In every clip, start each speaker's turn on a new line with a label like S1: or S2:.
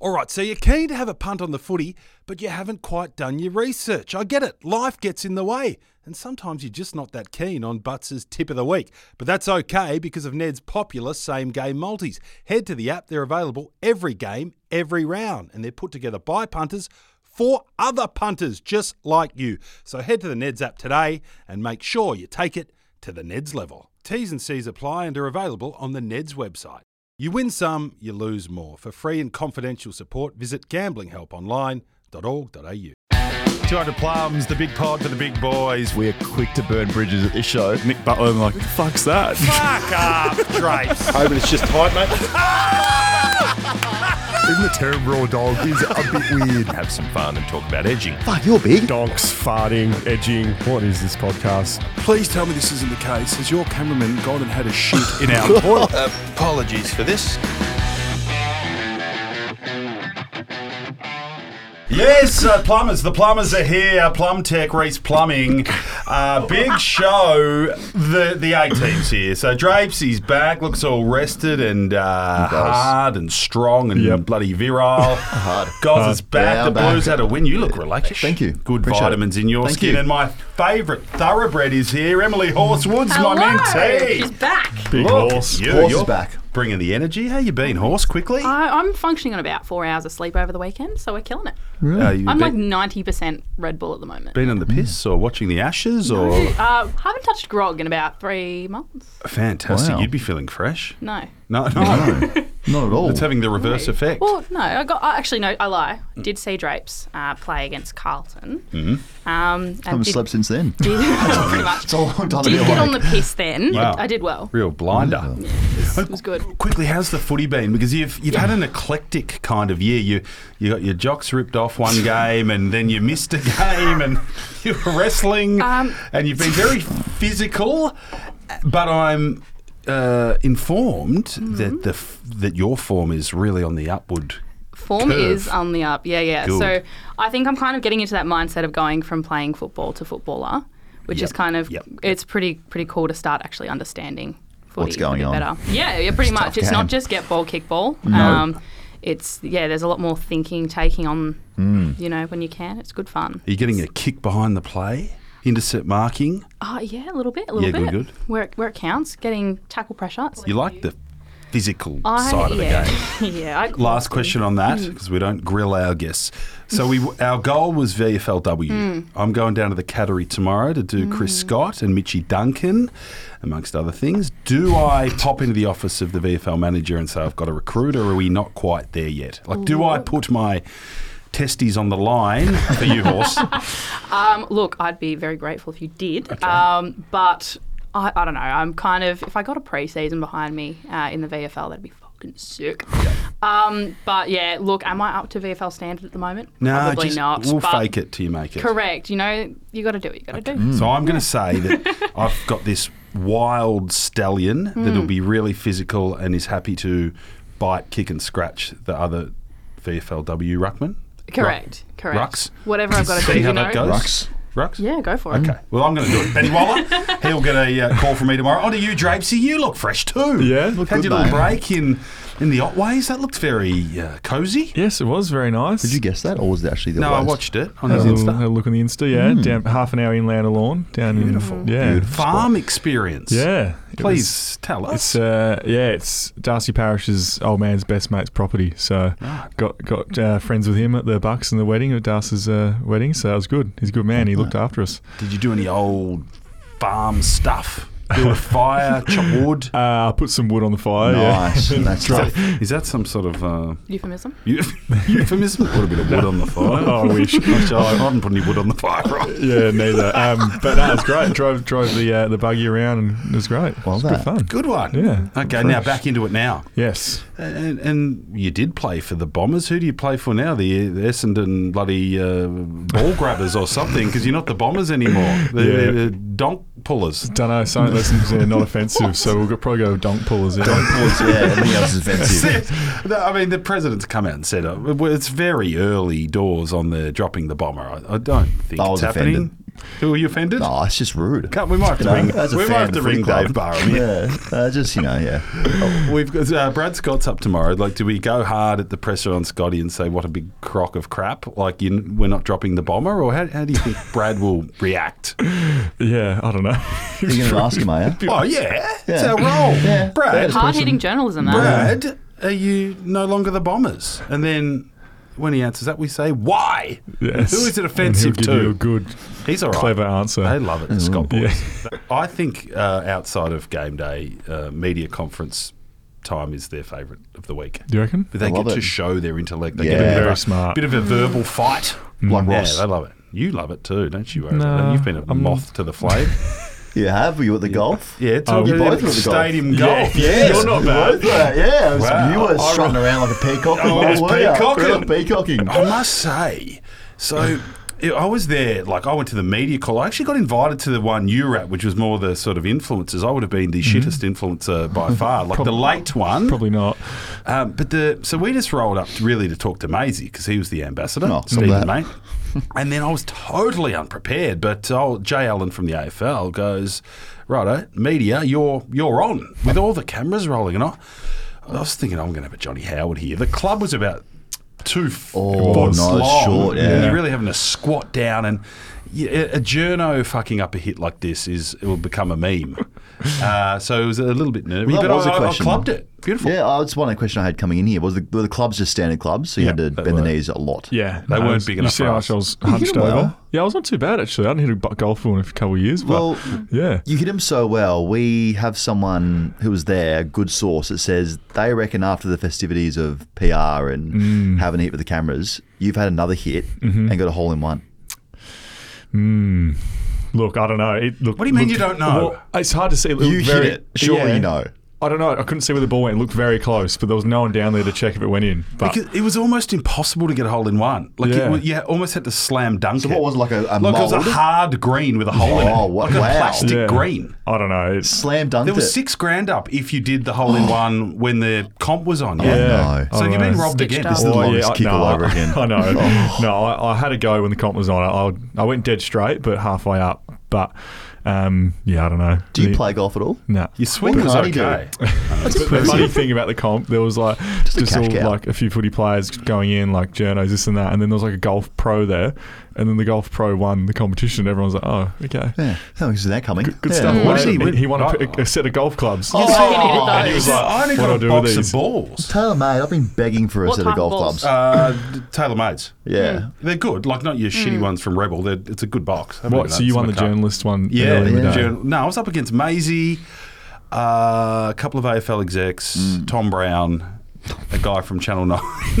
S1: All right, so you're keen to have a punt on the footy, but you haven't quite done your research. I get it. Life gets in the way. And sometimes you're just not that keen on Butts' tip of the week. But that's okay because of Ned's popular same game multis. Head to the app, they're available every game, every round, and they're put together by punters for other punters just like you. So head to the Neds app today and make sure you take it to the Neds level. T's and C's apply and are available on the Neds website. You win some, you lose more. For free and confidential support, visit gamblinghelponline.org.au.
S2: 200 plums, the big pod for the big boys.
S3: We're quick to burn bridges at this show. Nick Butler, I'm like, "Who the fuck's that?
S2: Fuck up, drapes.
S4: Hoping it's just tight, mate.
S5: Even the term raw dog is a bit weird.
S2: Have some fun and talk about edging.
S4: Fuck, you're big.
S5: Donks, farting, edging. What is this podcast?
S6: Please tell me this isn't the case. Has your cameraman gone and had a shit in our toilet?
S4: Apologies for this.
S2: Yes, uh, plumbers. The plumbers are here. Plum Tech, Reese Plumbing. Uh, big show. The the A team's here. So Drapes, he's back. Looks all rested and uh, hard and strong and
S5: Yep.
S2: bloody virile. hard. Goz is back.
S3: Yeah,
S2: the
S3: I'm back.
S2: Blues had a win. You look relaxed.
S3: Thank you.
S2: Good
S3: Appreciate it.
S2: vitamins in your
S3: Thank
S2: skin.
S3: you.
S2: And my favourite thoroughbred is here. Emily Horsewoods, my man T.
S7: She's back.
S5: Big
S2: Look,
S5: horse.
S2: you,
S3: Horse is
S2: you're
S3: back.
S2: Bringing the energy. How you been, horse? Quickly.
S7: I, I'm functioning on about four hours of sleep over the weekend, so we're killing it.
S2: Uh, you
S7: I'm
S2: been,
S7: like 90% Red Bull at the moment.
S2: been in the piss or watching the ashes or.
S7: Uh, haven't touched grog in about three months.
S2: Fantastic.
S3: Wow.
S2: You'd be feeling fresh.
S7: No.
S2: No, no.
S3: Not at all.
S2: it's having the reverse effect.
S7: Well, Oh, no. I got. I actually, no. I lie. Did see Drapes uh, play against Carlton. Mm-hmm. Um, and
S3: haven't
S7: did-
S3: slept since then.
S7: did- pretty much.
S3: It's a long time to be
S7: Did get on the
S3: awake.
S7: piss then.
S2: Wow.
S7: I did well.
S2: Real blinder.
S7: It was good.
S2: Quickly, how's the footy been? Because you've you've had an eclectic kind of year. You you got your jocks ripped off one game, and then you missed a game, and you were wrestling,
S7: Um,
S2: and you've been very physical. But I'm uh, informed that the f- that your form is really on the upward.
S7: Form
S2: Curve.
S7: is on the up. Yeah, yeah.
S2: Good.
S7: So I think I'm kind of getting into that mindset of going from playing football to footballer, which is
S2: Yep,
S7: kind of
S2: yep.
S7: it's pretty pretty cool to start actually understanding footy
S3: What's going
S7: a bit
S3: on.
S7: better. Yeah, yeah,
S3: It's
S7: pretty
S3: a
S7: much.
S3: tough
S7: It's not
S3: game.
S7: just get ball, kick ball. Um,
S3: No.
S7: it's yeah. There's a lot more thinking, taking on.
S2: Hmm.
S7: You know, when you can, it's good fun.
S2: Are you getting a kick behind the play, intercept marking?
S7: Oh yeah, a little bit, a little
S2: Yeah,
S7: bit.
S2: good, good.
S7: Where it, where it counts, getting tackle pressure. It's-
S2: You like the physical
S7: I-
S2: side of the
S7: yeah,
S2: game.
S7: yeah. I,
S2: Last question on that because we don't grill our guests. So we our goal was VFLW.
S7: Hmm.
S2: I'm going down to the Cattery tomorrow to do Chris Scott and Mitchy Duncan, amongst other things. Do I pop into the office of the VFL manager and say I've got a recruit, or are we not quite there yet? Like, do I put my testes on the line for you, horse?
S7: Um, look, I'd be very grateful if you did. Um, but I, I don't know. I'm kind of if I got a preseason behind me uh, in the VFL, that'd be fucking sick. Um, but yeah, look, am I up to VFL standard at the moment?
S2: No,
S7: Probably
S2: just,
S7: not.
S2: We'll
S7: but
S2: fake it till you make it. Mm.
S7: Correct. You know, you got to do what you got to do.
S2: So I'm going to say that I've got this wild stallion
S7: Hmm.
S2: that'll be really physical and is happy to bite, kick, and scratch the other VFLW ruckman.
S7: Correct. Correct.
S2: Rucks.
S7: Whatever I've got to do.
S2: See how
S7: you
S2: that
S7: know?
S2: goes.
S3: Rucks.
S2: Rucks.
S7: Yeah, go for it.
S2: Okay. Well, I'm going to do it. Benny Waller, he'll get a uh, call from me tomorrow. On to you, Drapesy. You look fresh too.
S5: Yeah,
S2: Had
S5: look
S2: your
S3: good,
S2: little
S3: mate.
S2: break in in the Otways. That looked very uh, cozy.
S5: Yes, it was very nice.
S3: Did you guess that, or was it actually the
S2: No, I
S3: Otways?
S2: watched it on
S5: Had
S2: his
S5: a, little,
S2: Insta.
S5: had a look on the Insta, yeah. Down half an hour in Lander Lawn, down
S2: Beautiful.
S5: in yeah,
S2: Farm experience.
S5: yeah. It was-
S2: Please tell us.
S5: It's uh, yeah, it's Darcy Parrish's old man's best mate's property. So got got uh, friends with him at the Bucks and the wedding at Darcy's uh, wedding. So it was good. He's a good man. He looked after us.
S2: Did you do any old farm stuff? Build a fire, chop wood.
S5: Uh, I put some wood on the fire.
S3: Nice.
S5: Yeah.
S3: That's right.
S2: Is that some sort of uh,
S7: Euphemism.
S2: euphemism? Put a bit of wood on the fire.
S5: Oh, I wish.
S2: I haven't put any wood on the fire. Right?
S5: yeah, neither. Um, but no, it was great. Drove drove the uh, the buggy around and it was great.
S3: Well,
S5: it was
S3: that-
S5: good fun.
S2: Good one.
S5: Yeah.
S2: Okay, now
S5: Fresh.
S2: back into it now.
S5: Yes.
S2: And, and you did play for the Bombers. Who do you play for now? The, the Essendon bloody uh, ball grabbers or something? Because you're not the Bombers anymore. They're,
S5: Yeah.
S2: they're donk pullers.
S5: Don't know. Some lessons are not offensive, so we'll go- probably go with donk pullers. Yeah.
S3: yeah, everything else is offensive.
S2: Yes. No, I mean, the president's come out and said uh, well, it's very early doors on the dropping the bomber. I, I don't think
S3: I
S2: it's
S3: was
S2: happening.
S3: offended.
S2: Who are you offended?
S3: Oh, it's just rude.
S2: Can't- we might have to
S3: No,
S2: ring.
S3: as a
S2: we
S3: fan
S2: might have
S3: of
S2: to
S3: the
S2: ring
S3: footy
S2: Dave
S3: club.
S2: Barham.
S3: Yeah, uh, just you know, yeah.
S2: We've got uh, Brad Scott's up tomorrow. Like, do we go hard at the presser on Scotty and say what a big crock of crap? Like, you, we're not dropping the bomber, or how, how do you think Brad will react?
S5: Yeah, I don't know.
S3: You're going to ask him, are you?
S2: oh yeah, it's
S3: Yeah.
S2: our role,
S3: Yeah.
S2: Brad.
S7: Hard hitting journalism, that.
S2: Brad, are you no longer the bombers? And then when he answers that, we say why?
S5: Yes.
S2: Who is it
S5: And he'll
S2: offensive
S5: give You a
S2: to?
S5: good,
S2: He's all right.
S5: clever answer.
S2: They love it, the Scott boys. I think uh, outside of game day, uh, media conference time is their favourite of the week.
S5: Do you reckon?
S2: But they
S3: I
S2: get
S3: love
S2: to
S3: it.
S2: show their intellect. They
S3: Yeah.
S2: get a bit of
S5: Very
S2: a-
S5: smart.
S2: bit of a verbal fight.
S3: Like
S2: Yeah,
S3: Ross.
S2: they love it. You love it too, don't you? Aaron?
S5: No,
S2: You've been a
S5: I'm-
S2: moth to the flame.
S3: You have? Were you at the golf?
S2: yeah, talking
S3: you
S2: about
S3: both were at the golf.
S2: stadium golf.
S3: Yeah,
S2: you're not bad.
S3: yeah, it was-
S2: Wow.
S3: you were
S2: I-
S3: strutting around like a peacock.
S2: I
S3: What
S2: was
S3: were you?
S2: peacocking.
S3: Real peacocking.
S2: I must say, so it- I was there, like I went to the media call. I actually got invited to the one you were at, which was more the sort of influencers. I would have been the shittest influencer by far, like the late one.
S5: Probably not.
S2: Um, but the so we just rolled up really to talk to Maisie because he was the ambassador,
S3: Oh,
S2: Stephen
S3: not bad.
S2: May. And then I was totally unprepared, but old Jay Allen from the AFL goes, "Righto, media, you're you're on with all the cameras rolling." And I, I was thinking, I'm going to have a Johnny Howard here. The club was about two
S3: Oh,
S2: foot
S3: no, it's
S2: long,
S3: short,
S2: and
S3: yeah.
S2: you're really having to squat down. And yeah, a a journo fucking up a hit like this is it will become a meme. uh, so it was a little bit nervy,
S3: Well, that
S2: but
S3: was a
S2: I, I- I
S3: question.
S2: clubbed it. Beautiful.
S3: Yeah, I was one question I had coming in here was the, were the clubs just standard clubs, so you had to
S2: they
S3: bend
S2: were.
S3: the knees a lot.
S5: Yeah,
S2: They weren't big enough
S5: You see
S2: for
S5: how
S2: us.
S5: much I was hunched
S3: them
S5: over?
S3: well.
S5: Yeah, I was not too bad actually. I hadn't hit a bu- golf ball in a couple of years, but
S3: Well,
S5: yeah,
S3: You hit him so well. We have someone who was there, a good source, that says they reckon after the festivities of PR and having a hit with the cameras, you've had another hit and got a hole in one.
S5: look, I don't know. It, look,
S2: What do you mean you don't
S5: looked-
S2: know?
S5: Well, it's hard to see. looked
S3: You
S5: very-
S3: hit it. Surely
S5: yeah.
S3: you know.
S5: I don't know. I couldn't see where the ball went. It looked very close, but there was no one down there to check if it went in. But
S2: Because it was almost impossible to get a hole in one. Like
S5: Yeah.
S2: you, you almost had to slam dunk
S3: So what was it, like a, a
S2: Like it was a
S3: mould?
S2: hard green with a hole in it.
S3: Oh, what-
S2: like a
S3: wow.
S2: plastic
S5: Yeah.
S2: green.
S5: I don't know. It's
S3: Slam dunked
S2: There
S3: it.
S2: was six grand up if you did the hole in one when the comp was on. Yeah.
S5: yeah.
S3: Oh, no.
S5: I
S2: So
S5: don't
S2: you've been
S5: know.
S2: robbed
S7: Stitched
S2: again.
S7: up.
S3: This is the
S5: Oh,
S3: longest
S5: I-
S3: kick
S5: no,
S3: all
S5: I-
S3: over again.
S5: I know.
S2: Oh.
S5: No, I, I had a go when the comp was on. I, I, I went dead straight, but halfway up. But um, yeah, I don't know.
S3: Do you
S5: The-
S3: play golf at all?
S5: No.
S2: Your swing
S3: What
S2: was
S3: can't he do?
S2: okay.
S5: But the funny thing about the comp, there was like just,
S3: a
S5: all,
S3: cash cow.
S5: like a few footy players going in, like journos, this and that, and then there was like a golf pro there, and then the golf pro won the competition. Everyone's like, oh, okay,
S3: Yeah. Oh, is that coming?
S5: good
S3: Yeah.
S5: stuff.
S2: What did
S5: mate."
S2: he
S5: And
S2: win?
S5: he, won a, p- a set of golf clubs.
S3: Oh,
S7: Oh,
S5: he was like,
S2: I only
S5: what do I
S2: got a
S5: do with
S2: box
S5: these?
S2: of balls.
S3: Taylor made. I've been begging for a
S7: What
S3: set
S7: type
S3: of
S7: of
S3: golf
S7: balls?
S3: clubs.
S2: Uh, Taylor Mades.
S3: yeah.
S2: They're good. Like not your shitty ones from Rebel. They're, it's a good box. Have a look
S5: What?
S2: at
S5: So
S2: that.
S5: you
S2: It's
S5: won
S2: my
S5: the
S2: card.
S5: journalist one?
S2: Yeah,
S5: earlier in the
S2: yeah.
S5: day.
S2: Journal- No, I was up against Maisie, uh, a couple of AFL execs,
S3: Mm.
S2: Tom Brown, a guy from Channel Nine,
S5: a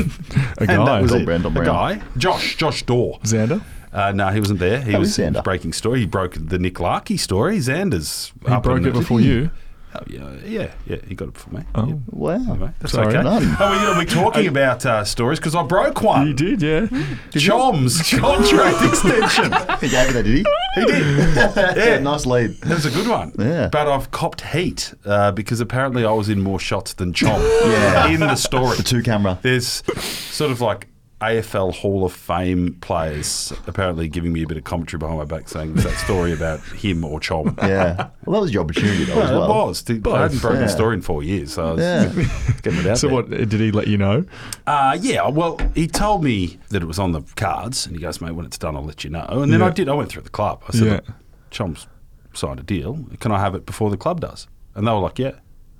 S2: and that
S5: guy.
S2: was
S3: Tom
S2: it.
S3: Brown, Tom
S2: a
S3: Brown.
S2: guy, Josh, Josh Dorr.
S5: Xander.
S2: Uh, no, he wasn't there. He
S3: Oh,
S2: was
S3: Xander.
S2: breaking story. He broke the Nick Larkey story. Xander's
S5: He
S2: up
S5: broke
S2: in
S5: it
S2: the-
S5: before you.
S2: Oh, yeah, yeah, yeah, he got it before me.
S5: Oh.
S2: Yeah.
S3: Wow.
S2: Anyway, that's
S5: Sorry.
S2: okay.
S3: None.
S2: Oh, well, you know, we're talking about uh, stories because I broke one.
S5: You did, yeah.
S2: Chom's contract extension.
S3: He gave it that, did he? He did. yeah. Nice lead.
S2: That was a good one.
S3: Yeah.
S2: But I've copped heat uh, because apparently I was in more shots than Chomp
S3: Yeah.
S2: in the story.
S3: The two camera.
S2: There's sort of like AFL Hall of Fame players apparently giving me a bit of commentary behind my back saying that story about him or Chomp.
S3: Yeah. Well, that was your opportunity though, as
S2: Well,
S3: well.
S2: it was. I hadn't broken
S3: yeah.
S2: the story in four years, so I was
S3: Yeah.
S2: getting it out
S5: So
S2: there.
S5: what did he let you know?
S2: Uh, yeah, well, he told me that it was on the cards, and he goes, mate, when it's done, I'll let you know. And then
S5: Yeah.
S2: I did. I went through the club. I said,
S5: Yeah.
S2: look, Chom's signed a deal. Can I have it before the club does? And they were like, yeah.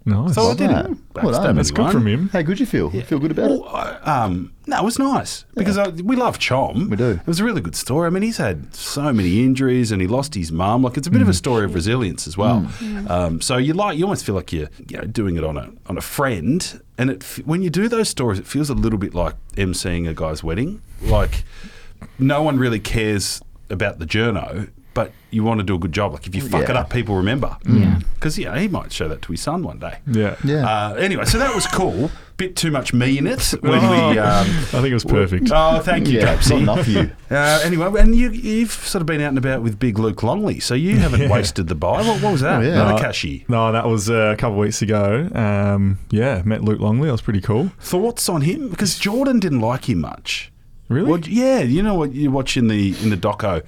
S5: Nice.
S2: So I did
S3: that?
S2: it.
S3: Well done.
S5: That's good from him.
S3: How good you feel? Feel good about it?
S2: Well, I- um, no, it was nice because I, we love Chom.
S3: We do.
S2: It was a really good story. I mean, he's had so many injuries and he lost his mum. Like it's a bit of a story of resilience as well.
S3: Mm.
S2: Um, so you like you almost feel like you're you know, doing it on a on a friend. And it f- when you do those stories, it feels a little bit like emceeing a guy's wedding. Like no one really cares about the journo. But you want to do a good job. Like if you fuck it
S3: Yeah.
S2: up, people remember. Yeah. Because yeah, he might show that to his son one day.
S5: Yeah.
S3: Yeah.
S2: Uh, anyway, so that was cool. Bit too much me in it when we. Um,
S5: I think it was Oh. perfect.
S2: oh,
S3: Uh,
S2: thank you,
S3: yeah. It's not
S2: Capsy.
S3: enough for you.
S2: Uh, anyway, and you, you've sort of been out and about with Big Luke Longley, so you haven't wasted the buy. What, what was that?
S3: Oh, yeah.
S2: Another
S5: Uh,
S2: cashy.
S5: No, that was uh, a couple of weeks ago. Um, yeah, met Luke Longley. That was pretty cool.
S2: Thoughts on him? Because Jordan didn't like him much.
S5: Really?
S2: Well, yeah, you know what you watch in the in the doco.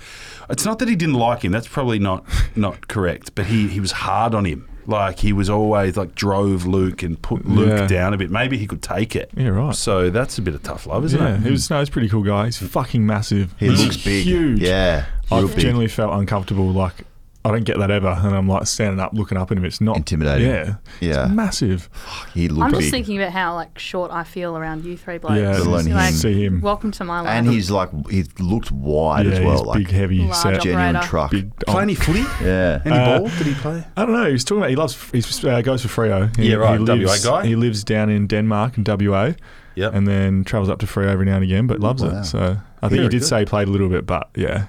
S2: It's not that he didn't like him. That's probably not not correct. But he he was hard on him. Like he was always like drove Luke and put Luke
S5: Yeah.
S2: down a bit. Maybe he could take it.
S5: Yeah, right.
S2: So that's a bit of tough love, isn't
S5: yeah,
S2: it?
S5: he was no, he's a pretty cool guy. He's fucking massive.
S3: He
S5: He's
S3: looks big.
S5: Huge.
S3: Yeah. real
S5: I've
S3: big.
S5: generally felt uncomfortable. Like I don't get that ever, and I'm like standing up, looking up at him. It's not
S3: Intimidating.
S5: Yeah,
S3: Yeah.
S5: It's massive.
S3: He looked
S7: I'm
S3: big.
S7: just thinking about how like short I feel around you three blokes.
S5: Yeah,
S3: Let alone
S7: Like,
S3: him.
S5: See him.
S7: Welcome to my life.
S3: and he's like, he looked wide
S5: yeah,
S3: as well.
S5: he's
S3: Like,
S5: big, heavy
S7: Large
S5: set.
S3: genuine
S7: Operator.
S3: truck.
S5: Big,
S2: Play any footy?
S3: Yeah.
S2: Any
S5: Uh,
S2: ball? Did he play?
S5: I don't know. He was talking about he loves. He uh, goes for Frio. He,
S2: Yeah, right,
S5: He
S2: WA
S5: lives,
S2: guy.
S5: He lives down in Denmark and WA,
S2: Yep.
S5: and then travels up to Frio every now and again, but loves
S3: Wow.
S5: it. So I think
S2: Very
S5: he did
S2: good.
S5: say he played a little bit, but yeah,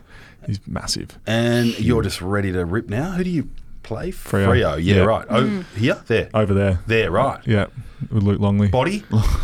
S5: he's massive.
S2: And you're just ready to rip now. Who do you play?
S5: Freo.
S2: Freo. Yeah,
S5: Yeah.
S2: right. Oh, here, there,
S5: Over there.
S2: there, right.
S5: Yeah, with Luke Longley.
S2: Body,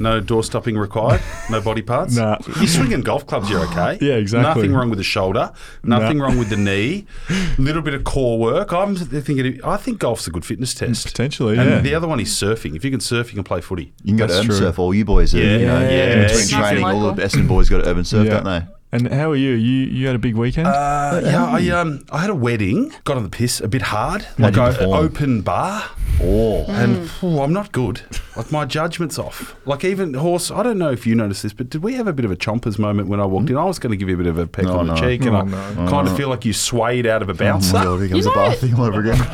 S2: no door stopping required. No body parts.
S5: Nah.
S2: You're swinging golf clubs. You're okay.
S5: Yeah, exactly.
S2: Nothing wrong with the shoulder. Nothing wrong with the knee. Little bit of core work. I'm thinking. I think golf's a good fitness test.
S5: Mm, Potentially,
S2: And
S5: yeah.
S2: the other one is surfing. If you can surf, you can play footy.
S3: You can go to
S5: That's
S3: urban
S5: true.
S3: surf. All you boys are, you know,
S2: Yeah, yeah.
S3: in between
S2: Nice
S7: and
S3: training, all the
S7: local.
S3: Essendon boys go to urban surf,
S5: Yeah.
S3: don't they?
S5: And how are you? You you had a big weekend.
S2: Uh, yeah, I um, I had a wedding. Got on the piss a bit hard.
S3: How'd
S2: Like
S3: you
S2: I,
S3: perform?
S2: open bar.
S3: Oh,
S2: And phew, I'm not good. Like my judgment's off. Like even horse. I don't know if you noticed this, but did we have a bit of a chompers moment when I walked in? I was going to give you a bit of a peck
S3: Hmm? No,
S2: on the
S3: no.
S2: cheek, and
S5: Oh,
S2: I
S5: no.
S2: kind of feel like you swayed out of a bouncer.
S3: Oh my God, here comes the
S7: You know-
S3: bar thing all over again.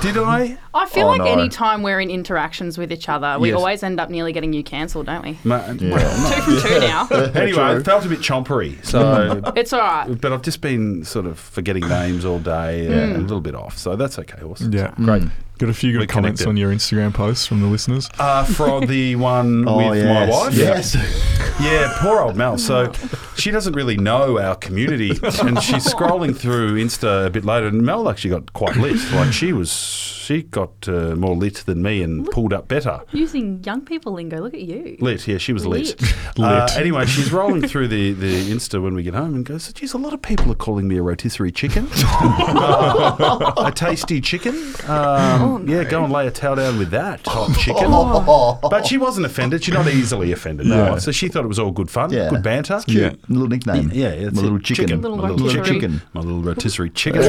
S2: did I?
S7: I feel
S3: Oh,
S7: like
S3: no.
S7: any time we're in interactions with each other, we
S2: Yes.
S7: always end up nearly getting you cancelled, don't we?
S2: Ma-
S7: Two from two now.
S2: Anyway, I felt a bit chompery. So,
S7: It's all
S3: Hmm.
S7: right.
S2: but I've just been sort of forgetting names all day,
S3: Hmm.
S2: and a little bit off. So that's okay, horse.
S5: yeah, great.
S3: Mm.
S5: Got a few good
S2: We're
S5: comments
S2: connected.
S5: on your Instagram posts from the listeners.
S2: Uh, from the one
S3: Oh,
S2: with
S3: yes.
S2: my wife.
S3: Yes.
S2: Yeah, poor old Mel. So she doesn't really know our community, and she's scrolling through Insta a bit later. And Mel actually got quite lit. Like she was, she got uh, more lit than me and pulled up better.
S7: Using young people lingo. Look at you.
S2: Lit, yeah, she was lit.
S7: Lit.
S2: Uh,
S5: Lit.
S2: anyway, she's rolling through the, the Insta when we get home and goes, geez, a lot of people are calling me a rotisserie chicken. Uh, a tasty chicken. Um, Yeah, go and lay a towel down with that hot chicken.
S3: Oh.
S2: But she wasn't offended. She's not easily offended. No.
S5: Yeah.
S2: So she thought it was all good fun,
S3: Yeah.
S2: good banter.
S3: Cute.
S5: Yeah.
S3: Little nickname.
S2: Yeah, yeah, that's
S3: My little
S2: it.
S3: chicken.
S7: Little
S2: my little
S7: rotisserie.
S2: chicken, my little rotisserie chicken.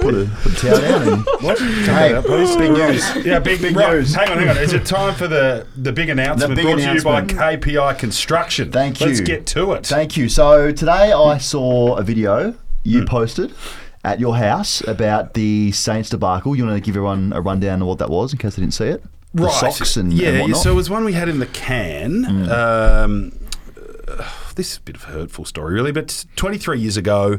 S3: put a put a towel down and
S2: What?
S3: Hey, big news.
S2: Yeah, big, big
S3: Right,
S2: news. Hang on, hang on. Is it time for the the big announcement
S3: big
S2: brought to you by
S3: announcement.
S2: KPI Construction?
S3: Thank you.
S2: Let's get to it.
S3: Thank you. So today I saw a video you posted at your house about the Saints debacle. You want to give everyone a rundown of what that was in case they didn't see it? The socks and,
S2: yeah,
S3: and
S2: yeah,
S3: whatnot. Mm.
S2: so it was one we had in the can. Um, uh, this is a bit of a hurtful story, really, but 23 years ago,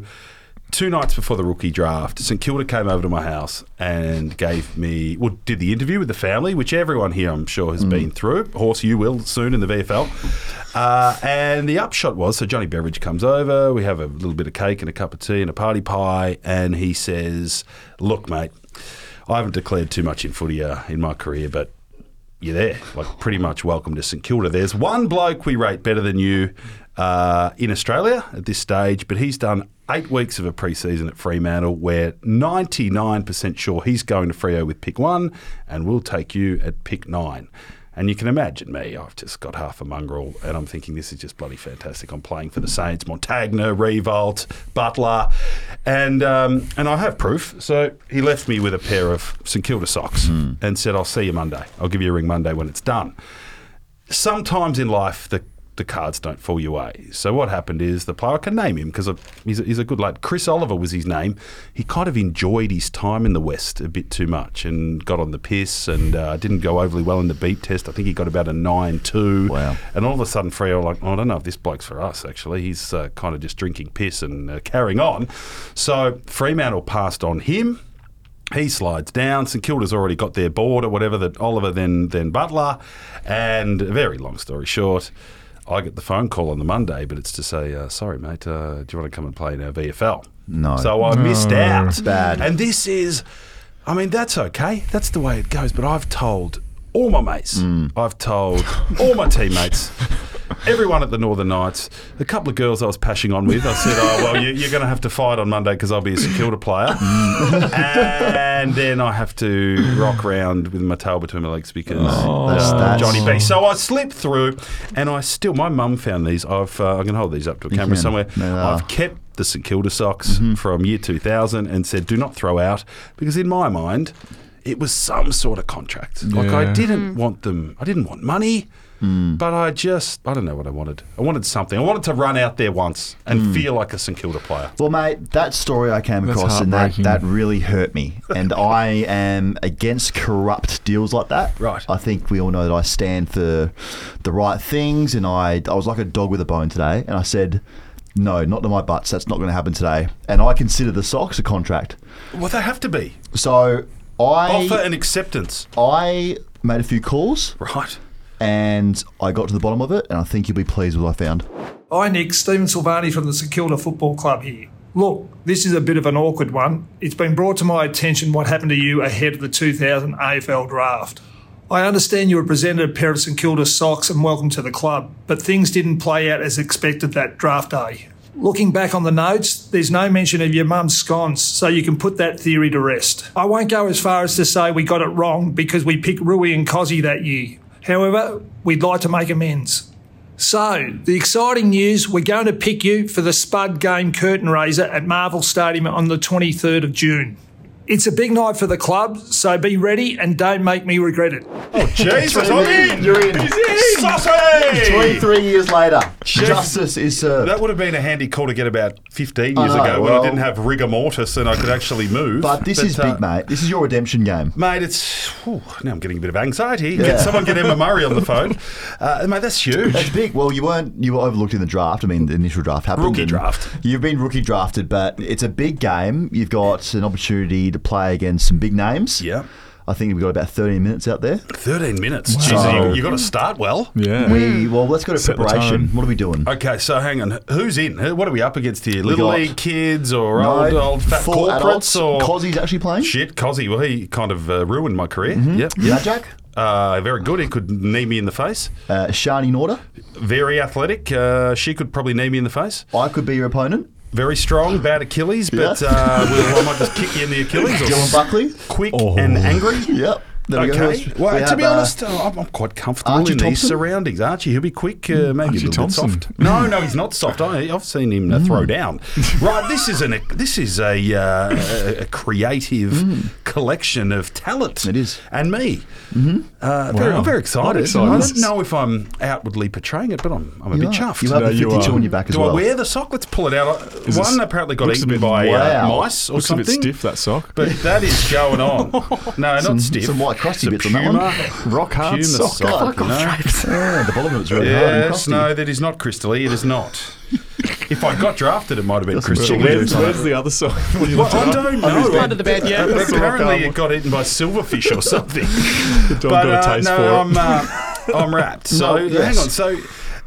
S2: two nights before the rookie draft, St Kilda came over to my house and gave me, well, did the interview with the family, which everyone here I'm sure has been through. Horse, you will soon in the VFL. Uh, and the upshot was, so Johnny Beveridge comes over, we have a little bit of cake and a cup of tea and a party pie, and he says, "Look, mate." I haven't declared too much in footy uh, in my career, but you're there, like pretty much welcome to St Kilda. There's one bloke we rate better than you uh, in Australia at this stage, but he's done eight weeks of a preseason at Fremantle. We're 99% sure he's going to Freo with pick one, and we'll take you at pick nine. And you can imagine me, I've just got half a mongrel, and I'm thinking this is just bloody fantastic. I'm playing for the Saints, Montagna, Revolt, Butler, and um, and I have proof. So he left me with a pair of St Kilda socks and said, "I'll see you Monday. I'll give you a ring Monday when it's done." sometimes in life the the cards don't fall your way. So what happened is the player I can name him because he's, a- he's a good lad. Chris Oliver was his name. He kind of enjoyed his time in the West a bit too much and got on the piss and uh, didn't go overly well in the beat test. I think he got about a nine two.
S3: Wow.
S2: And all of a sudden, Freo were like, "Oh, I don't know if this bloke's for us. Actually, he's uh, kind of just drinking piss and uh, carrying on. So Fremantle passed on him. He slides down. St Kilda's already got their board or whatever. That Oliver then then Butler, and very long story short, I get the phone call on the Monday, but it's to say, uh, sorry mate, uh, do you want to come and play in our VFL?
S3: No.
S2: So I missed out.
S3: Oh, Bad.
S2: And this is, I mean, that's okay. That's the way it goes. But I've told
S1: all my mates.
S3: Mm.
S1: I've told all my teammates. Everyone at the Northern Knights, a couple of girls I was pashing on with, I said, "Oh well, you, you're going to have to fight on Monday because I'll be a St Kilda player,
S3: Mm.
S1: and then I have to rock round with my tail between my legs because
S3: Oh, that's-
S1: uh,
S3: that's-
S1: Johnny B." So I slipped through, and I still. My mum found these. I've uh, I can hold these up to a camera
S3: can.
S1: somewhere.
S3: They are.
S1: I've kept the St Kilda socks from year 2000 and said, do not throw out, because in my mind, it was some sort of contract. Like, I
S5: Yeah.
S1: didn't want them, I didn't want money, but I just, I don't know what I wanted. I wanted something. I wanted to run out there once and feel like a St Kilda player.
S3: Well, mate, that story I came
S5: That's
S3: across and that,
S5: heartbreaking.
S3: that really hurt me. And I am against corrupt deals like that.
S1: Right.
S3: I think we all know that I stand for the right things. And I, I was like a dog with a bone today. And I said, no, not to my butts. That's not going to happen today. And I consider the socks a contract.
S1: Well, they have to be.
S3: So
S1: Offer
S3: I,
S1: and acceptance.
S3: I made a few calls
S1: Right.
S3: and I got to the bottom of it. And I think you'll be pleased with what I found.
S8: Hi, Nick. Stephen Silvani from the St Kilda Football Club here. Look, this is a bit of an awkward one. It's been brought to my attention what happened to you ahead of the 2000 AFL draft. I understand you were presented a pair of St Kilda socks and welcome to the club, but things didn't play out as expected that draft day. Looking back on the notes, there's no mention of your mum's scones, so you can put that theory to rest. I won't go as far as to say we got it wrong because we picked Rui and Cozzy that year. However, we'd like to make amends. So, the exciting news we're going to pick you for the Spud Game curtain raiser at Marvel Stadium on the 23rd of June. It's a big night for the club, so be ready and don't make me regret it.
S1: Jesus, I'm in.
S3: You're in.
S1: He's in. Sausage.
S3: 23 years later, justice is served.
S1: That would have been a handy call to get about 15
S3: I
S1: years
S3: know,
S1: ago when
S3: well-
S1: I didn't have rigor mortis and I could actually move.
S3: But this is
S1: uh,
S3: big, mate. This is your redemption game.
S1: Mate, it's whew, now I'm getting a bit of anxiety.
S3: Yeah.
S1: Get someone get Emma Murray on the phone. Uh, mate, that's
S3: That's
S1: huge.
S3: big. Well, you weren't. You were overlooked in the draft. I mean, the initial draft happened.
S1: Rookie
S3: and
S1: draft.
S3: You've been rookie drafted, but it's a big game. You've got an opportunity to play against some big names.
S1: Yeah.
S3: I think we've got about 13 minutes out there.
S1: 13 minutes.
S3: Wow.
S1: Jeez, you, you got to start well.
S5: Yeah.
S3: We well, let's go to
S5: Set the
S3: preparation.
S5: tone.
S3: What are we doing?
S1: Okay, so hang on. Who's in? Who- What are we up against here? Little
S3: got-
S1: league kids or old, old fat
S3: full
S1: corporates
S3: adults.
S1: or
S3: Cozzy's actually playing.
S1: shit? Cozzy, well, he kind of uh, ruined my career. Yep.
S3: Yeah, Jack.
S1: Uh, very good. He could knee me in the face.
S3: Uh, Shani Norda.
S1: Very athletic. Uh, she could probably knee me in the face.
S3: I could be your opponent.
S1: Very strong, bad Achilles, but
S3: Yeah.
S1: uh, we'll, I might just kick you in the Achilles. Or
S3: Dylan Buckley.
S1: quick
S3: Oh.
S1: and angry.
S3: Yep. There we go. Who
S1: Okay.
S3: else?
S1: Well,
S3: We
S1: to
S3: have,
S1: be
S3: uh,
S1: honest, uh, I'm, I'm quite comfortable
S3: Archie
S1: in these
S3: Thompson?
S1: surroundings. Archie, he'll be quick,
S3: Mm.
S1: uh, maybe
S5: Archie
S1: a little
S5: Thompson.
S1: bit soft. No, no, he's not soft. I, I've seen him uh,
S3: Mm.
S1: throw down. Right, this is an this is a uh, a, a creative collection of talent.
S3: Mm. It is. Mm-hmm.
S1: and me. Uh, very,
S5: Wow.
S1: I'm very excited.
S5: I'm excited.
S1: I
S5: This
S1: don't
S5: is-
S1: know if I'm outwardly portraying it, but I'm I'm a
S3: you
S1: bit
S3: are.
S1: chuffed.
S3: You have
S5: No,
S3: the
S5: you
S3: 52
S5: are.
S3: on your back as
S1: Do
S3: well.
S1: I wear the sock? Let's pull it out. Uh,
S5: Is
S1: One
S5: this-
S1: apparently got
S5: looks a
S1: eaten
S5: bit-
S1: by uh,
S3: Wow.
S1: mice or
S5: Looks
S1: something.
S5: a bit stiff, that sock.
S1: But that is going on. No, not stiff.
S3: some white crusty
S1: It's a
S3: bits on that one.
S1: puma-
S5: Rock hard
S1: puma
S5: sock.
S1: sock, you know?
S3: Yeah, the bottom of it's really hard and
S1: Yes,
S3: crusty.
S1: no, that is not crystally. It is not. If I got drafted, it might have been
S3: That's some
S1: crystal.
S3: chicken
S5: Where's, where's the other sock?
S1: Well, I don't know.
S7: Under the bed, yeah.
S1: But
S5: That's the rock
S1: apparently, it
S5: hard
S1: got eaten by silverfish or something.
S5: Don't
S1: but
S5: got a
S1: uh,
S5: taste
S1: no,
S5: for it.
S1: I'm uh, I'm wrapped. So
S3: No, yes.
S1: hang on. So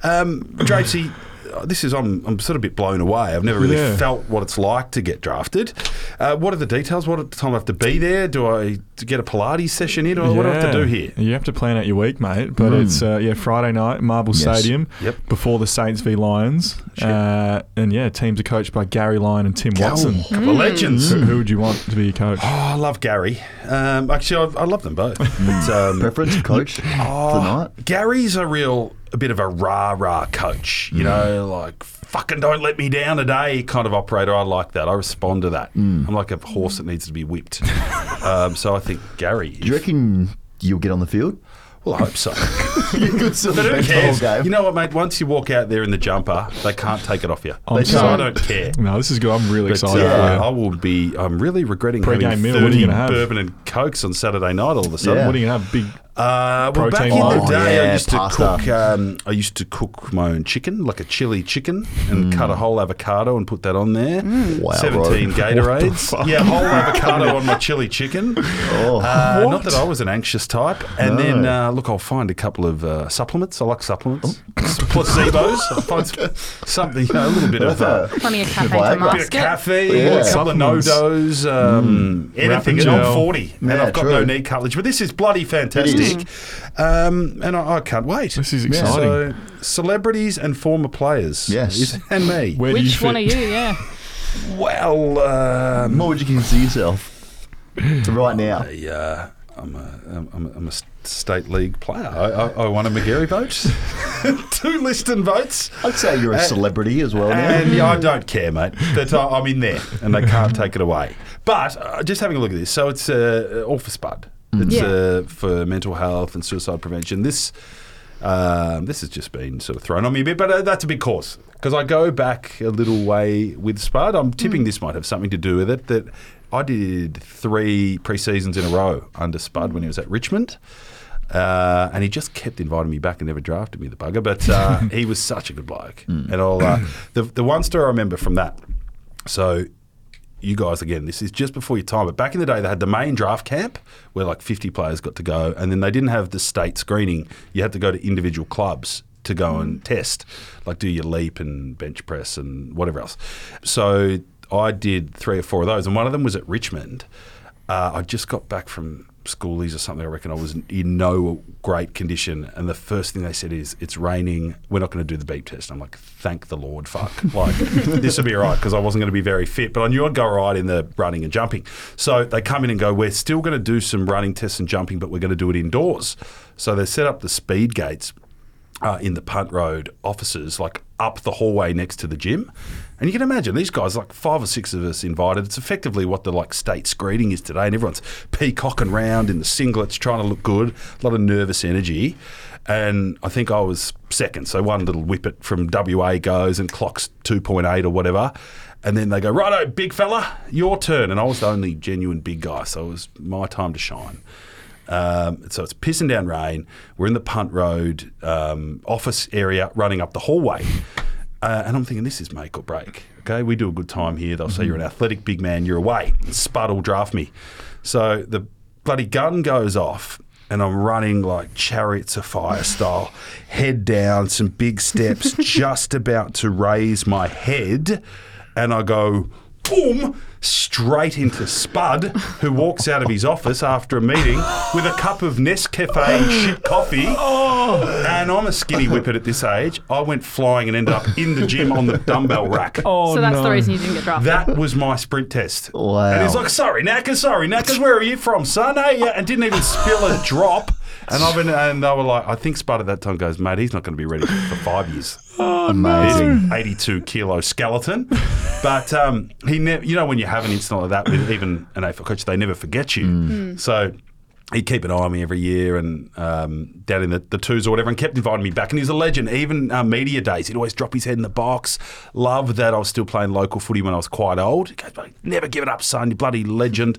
S1: um, Drapesy, uh, this is I'm I'm sort of a bit blown away. I've never really
S5: Yeah.
S1: felt what it's like to get drafted. Uh, what are the details? What time I have to be there? Do I to get a Pilates session in, or what do I have to do
S5: Yeah.
S1: here?
S5: You have to plan out your week, mate. But it's uh, yeah Friday night, Marble
S3: Yes.
S5: Stadium,
S1: Yep.
S5: before the Saints v Lions, uh, and yeah, teams are coached by Gary Lyon and Tim Watson.
S1: Oh, couple of legends.
S5: Who, who would you want to be your coach?
S1: Oh, I love Gary. Um, actually, I, I love them both. But, um,
S3: Preference coach for
S1: Oh.
S3: the night.
S1: Gary's a real, a bit of a rah rah coach, you
S5: Mm.
S1: know, like fucking don't let me down today kind of operator. I like that. I respond to that.
S5: Mm.
S1: I'm like a horse that needs to be whipped. um, so I think Gary.
S3: Do you reckon you'll get on the field?
S1: well, I hope so.
S3: You could still
S1: But who
S3: bench the whole
S1: cares?
S3: game.
S1: You know what, mate? Once you walk out there in the jumper, they can't take it off you.
S5: I'm
S1: so I
S5: sorry.
S1: don't care.
S5: No, this is good. I'm really
S1: But,
S5: excited.
S1: uh,
S5: for you.
S1: I will be. I'm really regretting
S5: Pre-game
S1: having
S5: meal,
S1: 30
S5: what are you gonna have?
S1: bourbon and cokes on Saturday night. All of a sudden,
S3: Yeah.
S5: What are you gonna have? Big.
S1: Uh, well, back
S5: Protein
S1: in
S5: bar.
S1: the
S5: Oh,
S1: day, I
S3: yeah,
S1: used
S3: pasta.
S1: to cook. Um, I used to cook my own chicken, like a chili chicken, and cut a whole avocado and put that on there.
S3: Hmm.
S5: Hmm.
S3: Wow,
S1: Seventeen
S3: bro.
S1: Gatorades. Yeah, whole avocado on my chili chicken.
S3: Oh.
S1: Uh, not that I was an anxious type. And then, uh, look, I'll find a couple of uh, supplements. I like supplements,
S3: Oh.
S1: placebos. I'll find some- something, you know, a little bit of. Uh,
S7: Plenty of caffeine
S3: Viagra.
S7: to
S1: bit of
S7: mask it.
S1: caffeine,
S3: Yeah. Mm.
S1: a couple of
S5: Supplements.
S1: no-dos, um, anything.
S5: Wrapping
S1: I'm
S5: gel.
S1: 40 and
S3: Yeah,
S1: I've got
S3: true.
S1: no knee cartilage, but this is bloody fantastic. pick. Um, and I, I can't wait.
S5: This is
S1: Yeah.
S5: exciting.
S1: So, celebrities and former players.
S3: Yes.
S1: Is- And me.
S5: Where do you
S7: Which
S5: fit?
S7: one are you? Yeah.
S1: Well, um,
S3: What would you consider yourself right now?
S1: a, uh, I'm a, I'm, I'm a, I'm a s- state league player. I, I, I won a McGarry vote, two Liston votes,
S3: I'd say you're a celebrity as well now.
S1: and yeah, I don't care, mate. That I- I'm in there, and they can't take it away. But uh, just having a look at this, so it's uh, all for Spud. It's
S7: Yeah.
S1: uh, for mental health and suicide prevention. This. Um, this has just been sort of thrown on me a bit, but uh, that's a big cause because I go back a little way with Spud. I'm tipping this might have something to do with it. That I did three pre seasons in a row under Spud when he was at Richmond, uh, and he just kept inviting me back and never drafted me, the bugger. But uh, he was such a good bloke, and all uh, the the one story I remember from that. So you guys again, this is just before your time, but back in the day they had the main draft camp where like 50 players got to go, and then they didn't have the state screening. You had to go to individual clubs to go and test, like do your leap and bench press and whatever else. So I did three or four of those, and one of them was at Richmond. Uh, I just got back from schoolies or something. I reckon I was in no great condition. And the first thing they said is, "It's raining. We're not going to do the beep test." I'm like, "Thank the Lord, fuck! Like this will be all right because I wasn't going to be very fit, but I knew I'd go all right in the running and jumping." So they come in and go, "We're still going to do some running tests and jumping, but we're going to do it indoors." So they set up the speed gates uh, in the punt road offices, like up the hallway next to the gym. And you can imagine these guys, like five or six of us invited. It's effectively what the like state screening is today, and everyone's peacocking round in the singlets, trying to look good, a lot of nervous energy. And I think I was second, so one little whippet from WA goes and clocks two point eight or whatever. And then they go, righto, big fella, your turn. And I was the only genuine big guy, so it was my time to shine. Um, so it's pissing down rain. We're in the punt road um, office area, running up the hallway, uh, and I'm thinking this is make or break. Okay, we do a good time here. They'll say you're an athletic big man. You're away. Spud will draft me. So the bloody gun goes off. And I'm running like chariots of fire style, head down, some big steps, just about to raise my head. And I go, boom, straight into Spud, who walks out of his office after a meeting with a cup of Nescafe shit coffee. And I'm a skinny whippet at this age. I went flying and ended up in the gym on the dumbbell rack.
S5: Oh,
S7: so that's
S5: no.
S7: the reason you didn't get drafted.
S1: That was my sprint test.
S3: Wow.
S1: And he's like, sorry, Knackers, sorry, Knackers, where are you from, son? Hey, yeah, and didn't even spill a drop. And I've been, uh, and they were like, I think Spud at that time goes, mate, he's not going to be ready for five years.
S3: Amazing.
S1: He's an 82 kilo skeleton. But um, he never, you know, when you have an incident like that with even an AFL coach, they never forget you. So he'd keep an eye on me every year and um, down in the, the twos or whatever and kept inviting me back. And he's a legend. Even uh, media days, he'd always drop his head in the box. Love that I was still playing local footy when I was quite old. He goes, "Mate, never give it up, son, you bloody legend.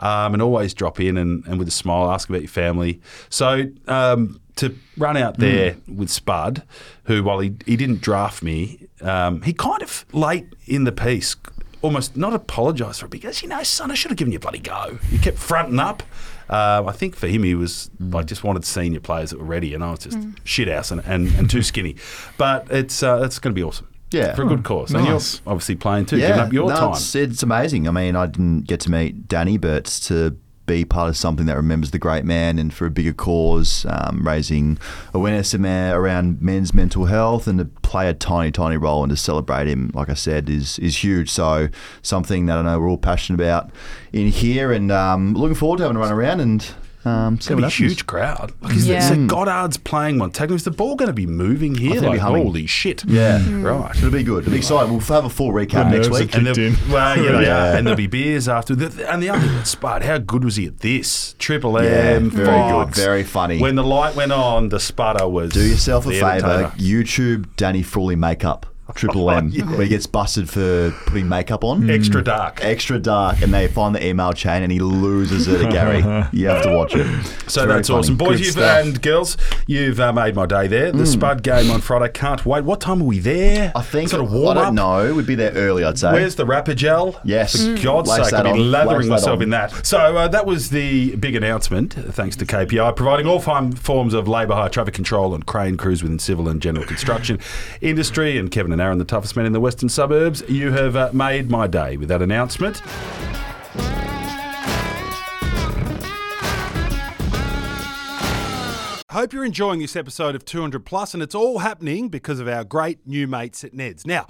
S1: Um, and always drop in and, and with a smile, ask about your family. So um, to run
S3: Hmm.
S1: out there with Spud, who while he, he didn't draft me, um, he kind of late in the piece almost not apologised for it because you know, son, I should have given you a bloody go. You kept fronting up. Um, I think for him, he was
S3: Hmm.
S1: like just wanted senior players that were ready, and I was just shit house and, and, and too skinny. But it's uh, it's going to be awesome.
S3: Yeah. Hmm.
S1: for a good cause. And
S5: Nice.
S1: you're obviously playing too, giving up your
S3: no,
S1: time.
S3: It's, it's amazing. I mean, I didn't get to meet Danny, but to be part of something that remembers the great man and for a bigger cause, um, raising awareness ama- around men's mental health and to play a tiny, tiny role and to celebrate him, like I said, is is huge. So something that I know we're all passionate about in here, and um, looking forward to having a run around and um, see
S1: It's
S3: what
S1: gonna be a
S3: happens.
S1: huge crowd. Like, is
S7: Yeah.
S1: yeah. so Goddard's playing Montagna. Is the ball going to be moving here?
S3: Hmm. think it'll be
S1: Like,
S3: humming.
S1: holy shit!
S3: Yeah.
S1: right.
S3: It'll be good. It'll be exciting. We'll have a full recap next
S5: nerves are
S3: week.
S5: kicking.
S1: And
S5: Kicked
S1: there-
S5: in.
S1: Well, yeah, they are.
S3: Yeah.
S1: and there'll be beers after. The, and the other thing, Spud, how good was he at this? Triple M,
S3: very
S1: Fox.
S3: good, very funny.
S1: When the light went on, the Sputter was.
S3: Do yourself a
S1: the
S3: favour.
S1: entertainer.
S3: YouTube Danny Frawley makeup. Triple M. Where he gets busted for putting makeup on.
S1: Hmm. Extra dark.
S3: Extra dark. And they find the email chain and he loses it to Gary. You have to watch it.
S1: So that's awesome, boys you've, and girls. You've uh, made my day there. The Spud game on Friday. Can't wait. What time are we there?
S3: Mm. I think,
S1: sort of
S3: I
S1: warm
S3: don't
S1: up.
S3: know. We'd be there early, I'd say.
S1: Where's the wrapper gel?
S3: Yes.
S1: For
S3: Mm.
S1: God's
S3: Lace
S1: sake,
S3: that
S1: I'll be
S3: on.
S1: lathering
S3: Lace that
S1: myself
S3: on.
S1: in that. So uh, that was the big announcement, thanks to KPI, providing all fine forms of labour, high traffic control and crane crews within civil and general construction industry. And Kevin and Aaron, the toughest men in the western suburbs, you have uh, made my day with that announcement. Hope you're enjoying this episode of 200 Plus, and it's all happening because of our great new mates at Ned's. Now,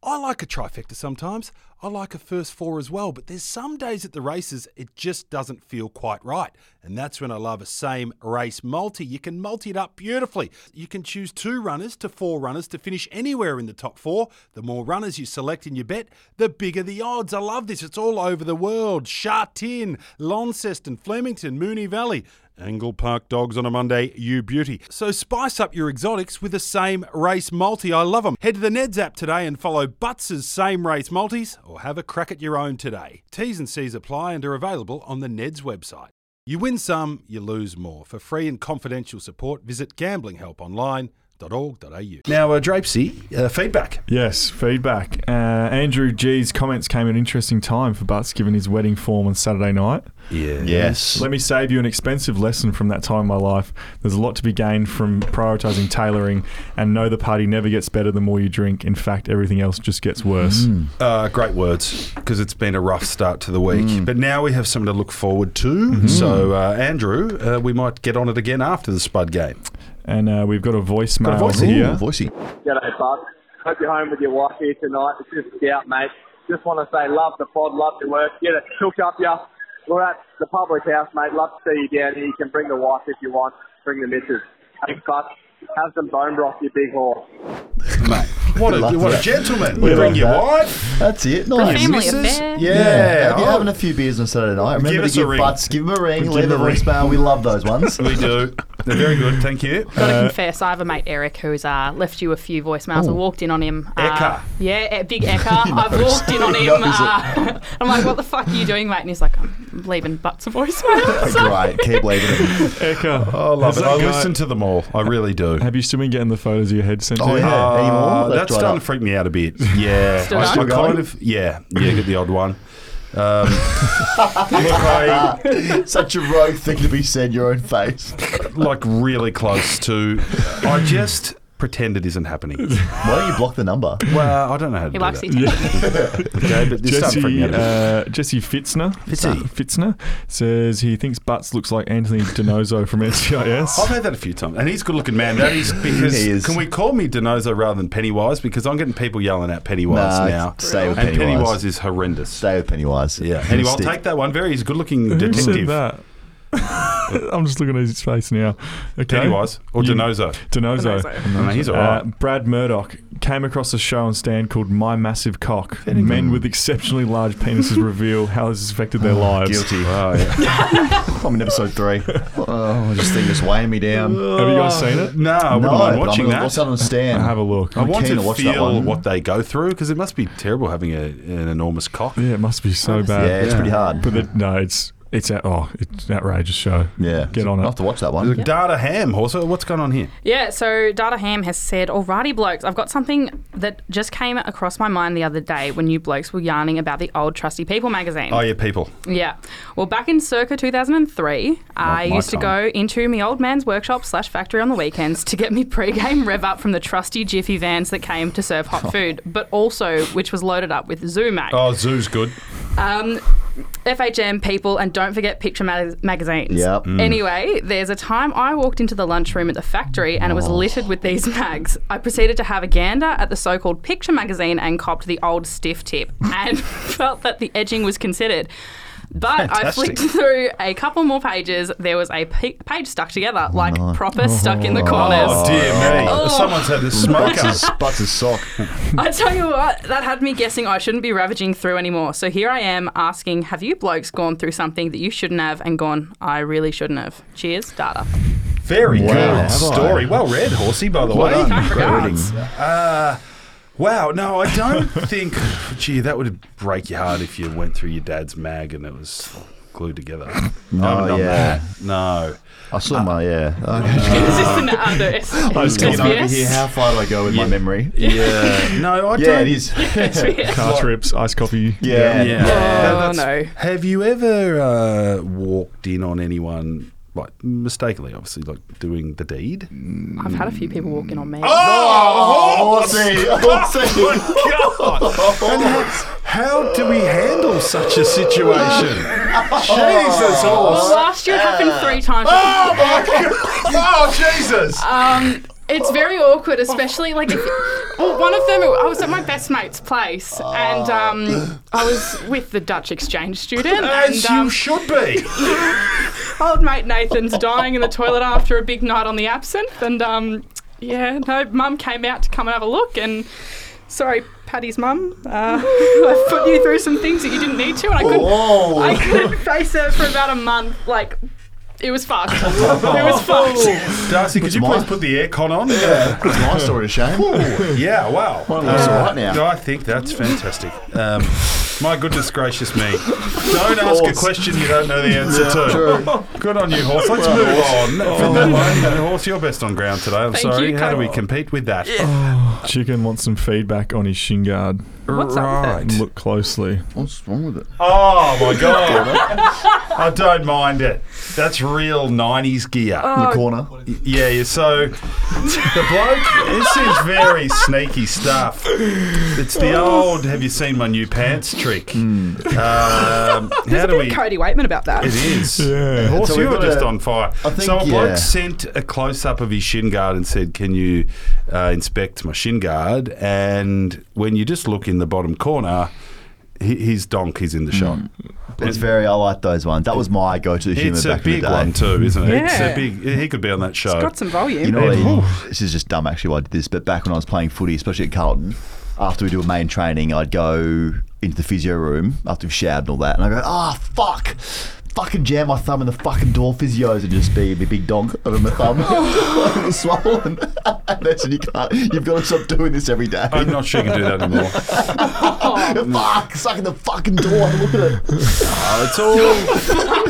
S1: I like a trifecta sometimes. I like a first four as well, but there's some days at the races it just doesn't feel quite right. And that's when I love a same race multi. You can multi it up beautifully. You can choose two runners to four runners to finish anywhere in the top four. The more runners you select in your bet, the bigger the odds. I love this. It's all over the world. Chartin, Launceston, Flemington, Mooney Valley. Angle Park dogs on a Monday, you beauty. So spice up your exotics with the same race multi. I love them. Head to the Neds app today and follow Butts's same race multis or have a crack at your own today. T's and C's apply and are available on the Neds website. You win some, you lose more. For free and confidential support, visit gamblinghelponline.org.au.
S2: Now, uh, Drapesy, uh, feedback.
S5: Yes, feedback. Uh, Andrew G's comments came at an interesting time for Butts given his wedding form on Saturday night.
S2: Yeah.
S3: Yes.
S5: Let me save you an expensive lesson from that time in my life. There's a lot to be gained from prioritizing tailoring and know the party never gets better the more you drink. In fact, everything else just gets worse.
S2: Uh, great words, because it's been a rough start to the week. But now we have something to look forward to. So, uh, Andrew, uh, we might get on it again after the Spud game.
S5: And uh, we've got a voicemail
S2: voice in.
S5: here.
S3: Ooh, voicey.
S9: G'day, bud. Hope you're home with your wife here tonight. It's just out, mate. Just want to say, love the pod, love your work. Get it cooked up, ya. We're at the public house, mate. Love to see you down here. You can bring the wife if you want. Bring the missus. Thanks, bud. Have some bone broth, you big whore.
S2: What a,
S3: Love
S2: what a
S3: that.
S2: gentleman.
S3: We
S2: Bring
S3: love
S2: your
S3: that.
S2: wife.
S3: That's it.
S7: A
S3: Nice.
S7: family
S2: missus?
S7: affair.
S3: Yeah,
S2: Yeah.
S1: oh.
S3: If you're having a few beers on Saturday night, remember
S2: us
S3: to
S2: a
S3: give
S2: ring.
S3: butts, give him a ring,
S5: Give
S3: leave a
S5: him a ring.
S3: voicemail. We love those ones.
S2: We do. They're very good. Thank you.
S7: Gotta confess, I have a mate Eric who's uh, left you a few voicemails. I walked in on him. Uh,
S2: Ecker.
S7: Yeah, e- big Ecker. I've walked in on
S3: He
S7: him.
S3: knows it.
S7: Uh, I'm like, what the fuck are you doing, mate? And he's like, I'm leaving butts a voicemail. So-
S3: Great. Keep leaving them.
S5: Ecker.
S2: I love
S5: Has
S2: it.
S5: that
S2: I
S5: guy-
S2: listen to them all. I really do.
S5: Have you still been getting the photos of your head sent
S3: Oh,
S5: to you?
S3: yeah. Any more?
S2: Uh,
S3: They've
S2: that's
S3: dried
S2: done
S3: up.
S2: freak me out a bit. Yeah,
S7: Still
S2: I, I
S7: going?
S2: kind of yeah yeah get the odd one. Um, look, I
S3: Such a rogue thing to be said in your own face.
S2: like really close to. I just pretend it isn't happening.
S3: Why don't you block the number?
S2: Well, I don't know how to
S7: he
S2: do
S7: likes
S2: that.
S7: it. Yeah.
S2: Okay, but this done freak me
S5: Jesse,
S2: out. a bit.
S5: uh, Jesse Fitzner,
S2: Fitzy.
S5: Fitzner says he thinks Butts looks like Anthony Denozo from NCIS.
S2: I've had that a few times, and he's a good-looking man. That is because
S3: He is.
S2: can we call me Denozo rather than Pennywise? Because I'm getting people yelling at Pennywise
S3: Nah,
S2: now.
S3: stay with
S2: and
S3: Pennywise.
S2: Pennywise is horrendous.
S3: Stay with Pennywise.
S2: Yeah, anyway, I'll
S3: Stick.
S2: take that one. Very, he's a good-looking
S5: Who said
S2: detective.
S5: that? I'm just looking at his face now. Okay.
S2: Pennywise or
S5: You-
S2: Denozo?
S5: Denozo.
S2: No, no, he's all right.
S5: Uh, Brad Murdoch came across a show on stand called My Massive Cock. Men with exceptionally large penises reveal how this has affected their lives.
S3: Guilty.
S2: oh yeah.
S3: I'm in episode three. Oh, this thing just weighing me down. No,
S5: Have you guys seen it?
S2: No, I wouldn't
S3: but
S2: mind watching
S3: I'm,
S2: that.
S3: What's that on stand?
S5: Have a look.
S2: I want
S3: keen
S2: to,
S3: to watch that
S2: feel
S3: one.
S2: what they go through because it must be terrible having a, an enormous cock.
S5: yeah, it must be so
S3: yeah,
S5: bad.
S3: it's pretty hard.
S5: But the, no, it's it's a- oh, it's an outrageous show.
S3: yeah,
S5: get on
S3: I'll
S5: it.
S3: have to watch that one.
S2: Data ham. Also, what's going on here?
S7: yeah, so Data Ham has said, Alrighty, blokes, I've got something that just came across my mind the other day when you blokes were yarning about the old Trusty People magazine.
S2: Oh yeah, people.
S7: Yeah. Well, back in circa 2003, I
S2: my
S7: used
S2: time.
S7: to go into my old man's workshop slash factory on the weekends to get me pre-game rev up from the trusty jiffy vans that came to serve hot food, but also which was loaded up with Zumac,
S2: Oh, zoo's good.
S7: um, FHM people, and don't forget picture mag- magazines.
S3: Yep. Mm.
S7: Anyway, there's a time I walked into the lunchroom at the factory and it was littered with these mags. I proceeded to have a gander at the so-called picture magazine and copped the old stiff tip and felt that the edging was considered. But I flicked through a couple more pages. There was a p- page stuck together, like proper stuck in the corners.
S2: Oh dear me!
S7: Oh.
S2: Someone's had a
S3: Butts
S2: smoker.
S3: is, butts is sock.
S7: I tell you what, that had me guessing I shouldn't be ravaging through anymore. So here I am asking, have you blokes gone through something that you shouldn't have and gone, I really shouldn't have? Cheers, data.
S2: Very
S3: Wow.
S2: good story. Well read, horsey. By the way.
S3: Well
S7: Time for
S3: Reading.
S7: cards.
S2: Wow. No, I don't think. Gee, that would break your heart if you went through your dad's mag and it was glued together. No, I haven't done
S3: Oh, yeah.
S2: that. No.
S3: I saw my yeah. Okay.
S7: Is this an under?
S3: I was getting over
S7: SBS?
S3: here. How far do I go with my memory?
S2: Yeah. No, I
S3: Yeah,
S2: don't.
S3: it is.
S7: SBS?
S5: Car trips, ice coffee.
S3: Yeah.
S2: Yeah.
S7: Oh,
S2: That's-
S7: no.
S2: Have you ever uh, walked in on anyone, like mistakenly, obviously, like doing the deed?
S7: I've had a few people walking on me.
S3: Oh, horsey, horsey.
S2: God!
S1: How do we handle such a situation? Jesus,
S7: Well,
S1: horse.
S7: last year it happened three times. Oh my
S1: God. Oh, Jesus.
S7: Um, it's very awkward, especially like if. Well, one of them, I was at my best mate's place, and
S1: Ah.
S7: um, I was with the Dutch exchange student.
S1: As
S7: and, um,
S1: you should be.
S7: old mate Nathan's dying in the toilet after a big night on the absinthe, and um, yeah, no, mum came out to come and have a look, and sorry, Paddy's mum, uh, I put you through some things that you didn't need to, and I couldn't,
S1: Oh.
S7: I couldn't face her for about a month, like. It was fucked. It was fucked.
S1: Darcy, could you
S3: my-
S1: please put the aircon on? Yeah.
S3: That's my story to shame.
S1: Yeah, wow. Um,
S3: last all right now.
S1: I think that's fantastic. Um, my goodness gracious me. Don't ask a question you don't know the answer
S5: Oh,
S1: to. Good on you, horse. Let's move on. From that one, And horse, you're best on ground today. I'm
S7: Thank
S1: sorry.
S7: you,
S1: How do
S7: Cole.
S1: we compete with that?
S5: Chicken wants some feedback on his shin guard.
S7: What's up with
S1: right.
S5: Look closely.
S3: What's wrong with it?
S1: Oh, my God. I don't mind it. That's real 90s gear.
S7: Oh.
S3: In the corner.
S1: Yeah, yeah, so the bloke, this is very sneaky stuff. It's the old "Have you seen my new pants?" trick.
S3: Mm.
S1: Um, how do we?
S7: Cody Waitman about that.
S1: It is.
S5: Yeah.
S1: Horse,
S3: So
S1: you
S3: we've
S1: were
S3: got
S1: just
S3: a-
S1: on fire.
S3: I think,
S1: so a
S3: yeah.
S1: bloke sent a close up of his shin guard and said, "Can you uh, inspect my shin guard?" And when you just look in the bottom corner, hi- his donk is in the shot.
S2: Mm.
S3: It's very. I like those ones. That was my go-to humour
S1: It's a
S3: back in
S1: big
S3: the day.
S1: one too, isn't it?
S7: Yeah.
S1: It's a big. He could be on that show.
S7: Got some volume.
S3: You know, what I- this is just dumb actually why I did this, but back when I was playing footy, especially at Carlton, after we do a main training, I'd go into the physio room after we've showered and all that, and I go, ah, fuck. Fucking jam my thumb in the fucking door physios and just be a big donk over my thumb. it was swollen. and they said, you can't, you've got to stop doing this every day.
S1: I'm not sure you can do that anymore.
S3: Fuck, sucking the fucking door. Look at it.
S1: Oh, it's all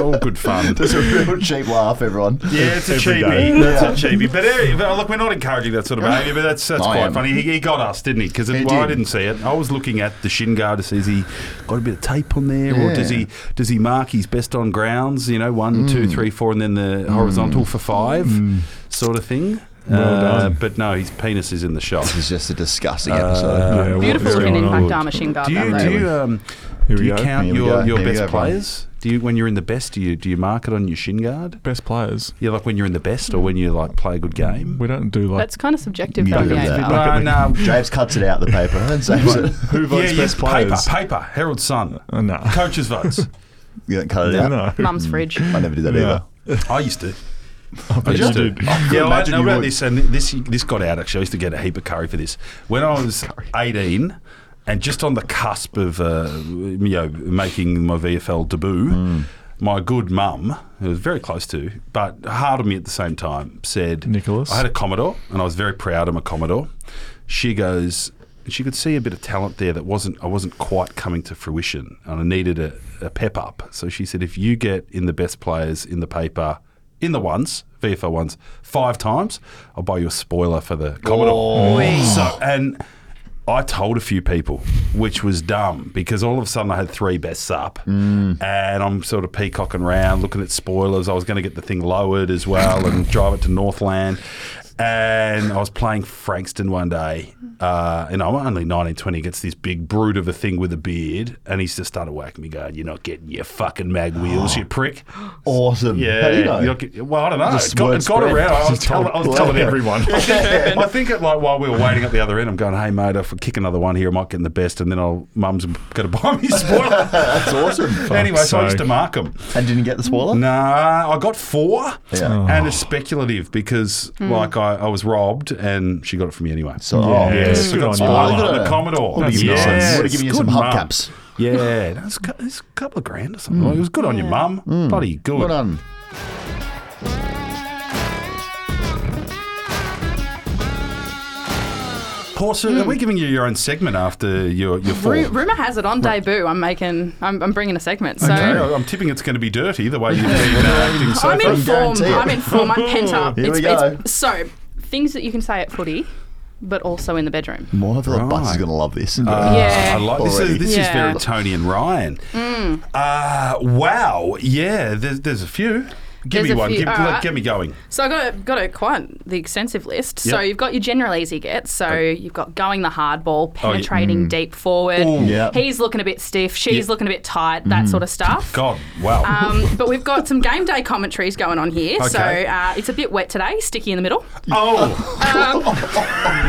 S1: all good fun.
S3: It's a real cheap laugh, everyone.
S1: Yeah, it's a
S5: Every
S1: cheapy. That's a cheapy. But anyway, but look, we're not encouraging that sort of behaviour. But that's that's
S3: I
S1: quite
S3: am.
S1: funny. He, he got us, didn't he? Because
S3: He
S1: well, I
S3: did.
S1: didn't see it. I was looking at the shin guard to see has he got a bit of tape on there, or does
S3: Yeah.
S1: he does he mark his best on grounds? You know, one, two, three, four, and then the horizontal for five, sort of thing. Uh,
S5: Well done.
S1: But no, his penis is in the shot.
S3: This is just a disgusting episode.
S5: Yeah, what
S7: Beautiful
S5: is
S7: looking
S5: going on?
S7: impact armor shin guard.
S1: Do you
S7: that
S1: do
S7: mate.
S1: you, um,
S5: Here
S1: do
S5: we
S1: you
S5: go.
S1: count
S3: Here we
S1: your,
S3: go.
S1: your
S3: Here we
S1: best
S3: go, everyone.
S1: players? Do you when you're in the best? Do you do you mark it on your shin guard?
S5: Best players.
S1: Yeah, like when you're in the best or when you like play a good game.
S5: We don't do like
S7: That's kind of subjective,
S3: Yeah,
S7: though.
S3: yeah.
S7: Yeah.
S3: Look
S1: No, no.
S3: Um, James cuts it out the paper and saves it.
S5: who votes best
S1: um, paper,
S5: players.
S1: paper, Herald Sun,
S5: Uh, nah.
S1: coaches votes.
S3: You don't cut it out.
S5: No.
S7: Mum's fridge.
S3: I never did that
S5: Yeah.
S3: either.
S1: I used to.
S5: I
S1: I used to.
S5: did.
S1: Yeah, I
S3: imagine
S1: know
S3: you
S1: about
S3: would.
S1: this, and this this got out actually. I used to get a heap of curry for this when I was eighteen, and just on the cusp of uh, you know making my VFL debut.
S5: Mm.
S1: My good mum, who was very close to, but hard on me at the same time, said,
S5: Nicholas.
S1: I had a Commodore, and I was very proud of my Commodore. She goes, she could see a bit of talent there that wasn't I wasn't quite coming to fruition, and I needed a, a pep up. So she said, if you get in the best players in the paper, in the ones VFL ones, five times, I'll buy you a spoiler for the Commodore. So and. I told a few people, which was dumb because all of a sudden I had three bests up and I'm sort of peacocking around looking at spoilers. I was going to get the thing lowered as well and drive it to Northland. And I was playing Frankston one day, uh, and I'm only 19, 20 against this big brute of a thing with a beard. And he's just started whacking me, going, You're not getting your fucking mag wheels, you prick.
S3: Awesome.
S1: Yeah.
S3: How do you know?
S1: you're not get- well, I don't know.
S3: Just
S1: it got,
S3: word
S1: it got
S3: spread.
S1: around. I was,
S5: Just
S1: tell,
S5: told-
S1: I was telling
S5: Yeah.
S1: everyone. I think- I think it like while we were waiting at the other end, I'm going, hey, mate, if I kick another one here, I might get in the best, and then I'll mum's going to buy me a spoiler.
S3: That's awesome.
S1: anyway, so I used
S5: sake.
S1: to mark them.
S3: and didn't get the spoiler?
S1: Nah, I got four,
S3: Yeah.
S1: and it's speculative because
S7: Hmm.
S1: like I, I was robbed, and she got it for me anyway.
S3: So,
S5: Yeah.
S3: oh,
S1: yeah, so
S5: Yes.
S1: I
S5: Good
S1: got
S5: on you.
S1: spoiler
S3: Oh, look
S1: on
S3: at
S1: the
S3: her.
S1: Commodore.
S5: That's
S1: Yes.
S5: nice.
S3: Would have given you
S1: Good
S3: some
S1: mum.
S3: hubcaps.
S1: Yeah, that's cou- that's a couple of grand or something. Like, It was good on your mum. Bloody good.
S3: Hmm. Well done.
S1: Horse, are we giving you your own segment after your your fall?
S7: Ru- rumor has it on debut. I'm making. I'm, I'm bringing a segment. So.
S1: Okay, I- I'm tipping it's going to be dirty the way you've been uh, acting so
S7: I'm
S1: far.
S7: in form.
S3: guarantee it.
S7: I'm in form. I'm pent up.
S3: Here
S7: it's,
S3: we
S7: It's, so, things that you can say at footy, but also in the bedroom.
S3: More of the right. Butts is going to love this.
S1: Ah, I
S7: yeah.
S1: like this. Is,
S3: Already.
S1: this is
S7: Yeah. Hmm.
S1: very Tony and Ryan. Uh, wow. Yeah, there's, there's a few. Give me
S7: There's a
S1: one.
S7: few-
S1: give,
S7: all
S1: let-
S7: right.
S1: get me going.
S7: So I got got a quite the extensive list. So
S1: Yep.
S7: you've got your general easy gets. So you've got going the hard ball,
S1: Oh,
S7: penetrating
S1: Mm.
S7: deep forward.
S3: Yeah.
S7: He's looking a bit stiff. She's looking a bit tight.
S1: Mm.
S7: That sort of stuff.
S1: God, wow.
S7: Um, but we've got some game day commentaries going on here. So
S1: Okay.
S7: uh, it's a bit wet today. Sticky in the middle.
S1: oh,
S7: Um,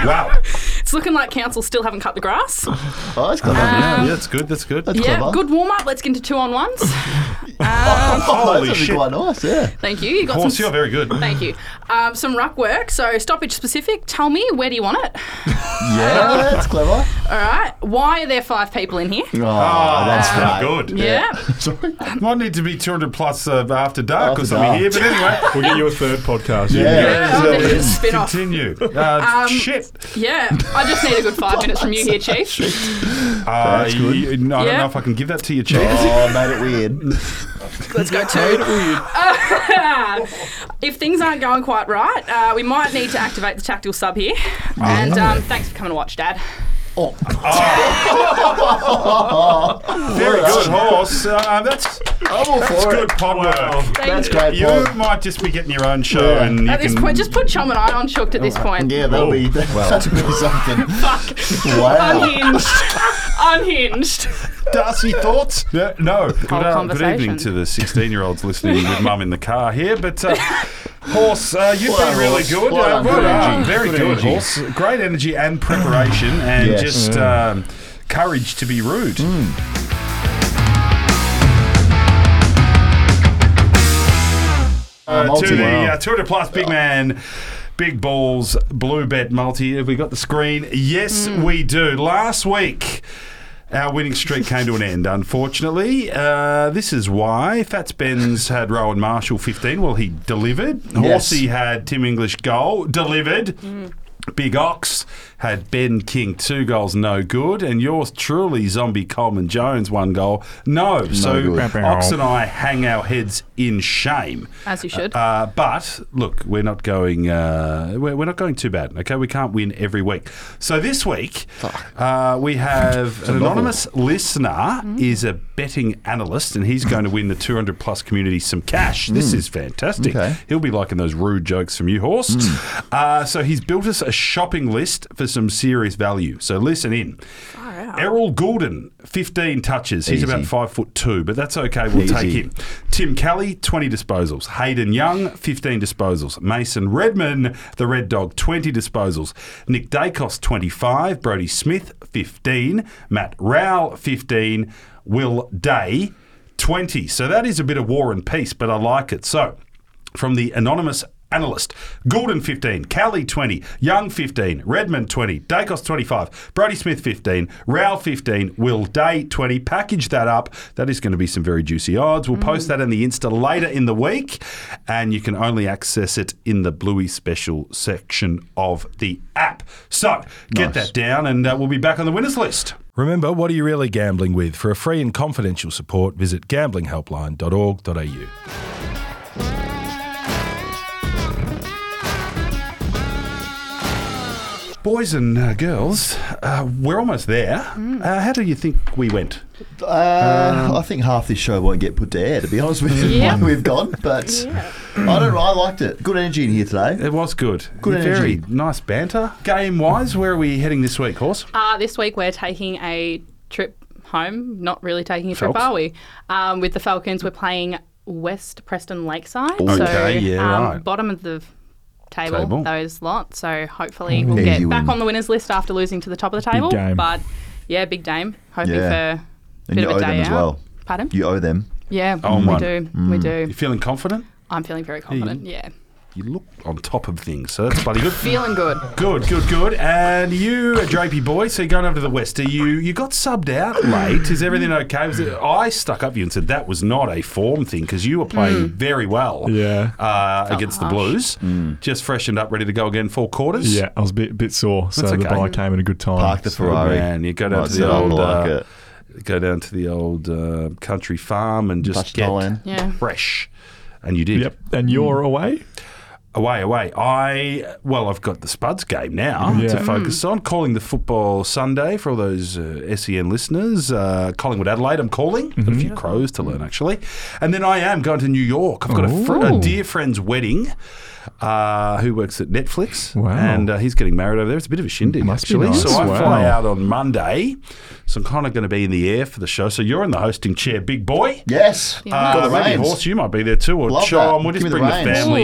S1: wow.
S7: it's looking like council still haven't cut the grass.
S3: Oh, that's clever.
S7: Ah.
S1: yeah, yeah, that's good. That's good.
S7: Yeah,
S3: Clever.
S7: good warm up. Let's get into two on ones.
S1: Holy
S3: That's
S1: shit.
S3: quite nice, yeah.
S7: Thank you. You got
S1: Horse,
S7: some.
S1: you're very good.
S7: Thank you. Um, some ruck work. So stoppage specific. Tell me where do you want it?
S1: Ah.
S3: Yeah, that's clever.
S7: All right. Why are there five people in here?
S3: Oh,
S1: Oh,
S3: that's
S1: that's
S3: right.
S1: not good.
S7: Yeah.
S3: Sorry.
S1: Might need to be 200 plus uh, after dark or
S3: After
S1: something
S3: dark.
S1: here, but anyway,
S5: We'll get you a third podcast.
S3: Yeah.
S7: Yeah, I'll do a
S3: Yeah.
S7: spin off.
S1: continue. Uh, shit.
S7: Yeah, I just need a good five minutes from you here, Chief.
S1: Uh,
S3: that's good.
S1: you- no, I don't
S7: Yeah.
S1: know if I can give that to you, Chief.
S3: Oh, made it weird.
S7: Let's go two. if things aren't going quite right, uh, we might need to activate the tactile sub here.
S1: Oh,
S7: And um, thanks for coming to watch, Dad.
S1: Very good horse. Uh, that's
S3: I'm all
S1: that's
S3: for
S1: good
S3: it.
S1: pod work.
S7: Thank
S3: That's
S7: you.
S3: great.
S1: You
S3: Paul.
S1: might just be getting your own show,
S3: Yeah.
S1: and you
S7: At this
S1: can Oh,
S7: point, just put Chum and I on shooked at this point.
S3: Yeah, that'll be that's really something.
S1: Oh.
S3: Wow.
S7: Unhinged. Unhinged.
S1: Darcy thoughts. No, no. Good, uh, good
S7: conversation.
S1: evening to the 16-year-olds listening with mum in the car here. But uh, horse, uh, you've been really
S3: horse.
S1: good.
S3: Well
S1: uh,
S3: done.
S1: well
S3: Good
S1: done.
S3: energy.
S1: Very good,
S3: Good energy.
S1: horse. Great energy and preparation, and
S3: Yes. Mm.
S1: just um, courage to be rude. Uh, to
S3: multi.
S1: the
S3: Oh, Wow.
S1: uh, Tour de Plus Big Man Big Balls Blue Bet Multi. Have we got the screen? Yes,
S3: Hmm.
S1: we do. Last week. Our winning streak came to an end, unfortunately. Uh, this is why Fats Benz had Rowan Marshall 15. Well, he delivered. Horsey had Tim English goal, delivered.
S3: Hmm.
S1: Big Ox had Ben King two goals, no good, and yours truly, Zombie Coleman Jones, one goal, no. so
S3: good.
S1: Ox and I hang our heads in shame.
S7: As you should.
S1: Uh, but look, we're not going. Uh, we're, we're not going too bad. Okay, we can't win every week. So this week, uh, we have an anonymous listener is a betting analyst, and he's going to win the 200 plus community some cash. This is fantastic.
S3: Okay.
S1: He'll be liking those rude jokes from you, horse.
S3: Hmm.
S1: Uh, so he's built us a shopping list for some serious value. So listen in. Errol Goulden, 15 touches. He's
S3: Easy.
S1: about five foot two, but that's okay. We'll take
S3: Easy.
S1: him. Tim Kelly, 20 disposals. Hayden Young, 15 disposals. Mason Redman, the Red Dog, 20 disposals. Nick Dacos, 25. Brody Smith, 15. Matt Rowell, 15. Will Day, 20. So that is a bit of war and peace, but I like it. So from the anonymous analyst. Goulden 15, Cowley 20, Young 15, Redmond 20, Dacos 25, Brody Smith 15, Rowell 15, Will Day 20. Package that up. That is going to be some very juicy odds. We'll post that in the Insta later in the week, and you can only access it in the Bluey Special section of the app. So get that down, and uh, we'll be back on the winners list.
S10: Remember, what are you really gambling with? For a free and confidential support, visit gamblinghelpline.org.au.
S1: Boys and uh, girls, uh, we're almost there.
S3: Hmm.
S1: Uh, how do you think we went?
S3: Uh, I think half this show won't get put to air, to be honest with you.
S7: Yeah.
S3: Like we've gone, but I don't know. I liked it. Good energy in here today.
S1: It was good.
S3: Good
S1: Very
S3: energy.
S1: nice banter. Game wise, where are we heading this week, horse?
S7: Uh, this week we're taking a trip home. Not really taking a trip,
S1: Falcons.
S7: are we? Um, with the Falcons, we're playing West Preston Lakeside.
S1: Okay,
S7: so,
S1: yeah,
S7: um,
S1: right.
S7: Bottom of the table,
S1: Table.
S7: those lots. So hopefully we'll
S3: Easy
S7: get back
S3: win.
S7: on the winners list after losing to the top of the table.
S5: game.
S7: But yeah, big dame. Hoping
S3: Yeah.
S7: for a
S3: And
S7: bit
S3: you
S7: of
S3: owe
S7: a day
S3: them
S7: out.
S3: as well.
S7: Pardon?
S3: You owe them.
S7: yeah, we
S1: one.
S7: do. We do.
S1: You feeling confident?
S7: I'm feeling very confident. Yeah.
S1: You look on top of things, so that's bloody good.
S7: Feeling good.
S1: Good, good, good. And you, a drapey boy, so you're going over to the West. Are you you got subbed out late? Is everything okay? Was it, I stuck up you and said that was not a form thing because you were
S3: Mm.
S1: playing very well
S5: Yeah.
S1: uh, against the Blues.
S3: Mm.
S1: Just freshened up, ready to go again, four quarters.
S5: Yeah, I was a bit, bit sore, so
S1: That's
S5: the
S1: okay.
S5: buy came at a good time.
S3: Park the
S5: So-
S3: Ferrari.
S1: man, you go down
S3: Might
S1: to the
S3: sound
S1: old,
S3: like
S1: uh,
S3: it.
S1: go down to the old uh, country farm and just
S3: Touch the
S1: get
S3: land.
S7: Yeah.
S1: fresh. And you did.
S5: Yep, and you're away.
S2: Away, away. I well, I've got the Spuds game now
S5: Yeah. Mm.
S2: to focus on. Calling the football Sunday for all those uh, SEN listeners. Uh, Collingwood Adelaide, I'm calling. Got
S5: Mm-hmm.
S2: a few crows to learn actually, and then I am going to New York. I've got a, fr- a
S5: Ooh.
S2: dear friend's wedding. Uh, who works at Netflix?
S5: Wow.
S2: And uh, he's getting married over there. It's a bit of a shindig,
S5: Must be
S2: actually.
S5: nice.
S2: So I
S5: Wow.
S2: fly out on Monday. So I'm kind of going to be in the air for the show. So you're in the hosting chair, big boy.
S3: Yes.
S2: Uh,
S3: Got the
S2: maybe
S3: reins.
S2: horse, you might be there too, or
S3: Love
S2: Chom.
S3: that.
S2: We'll just
S3: Give me the
S2: bring the,
S3: reins.
S2: family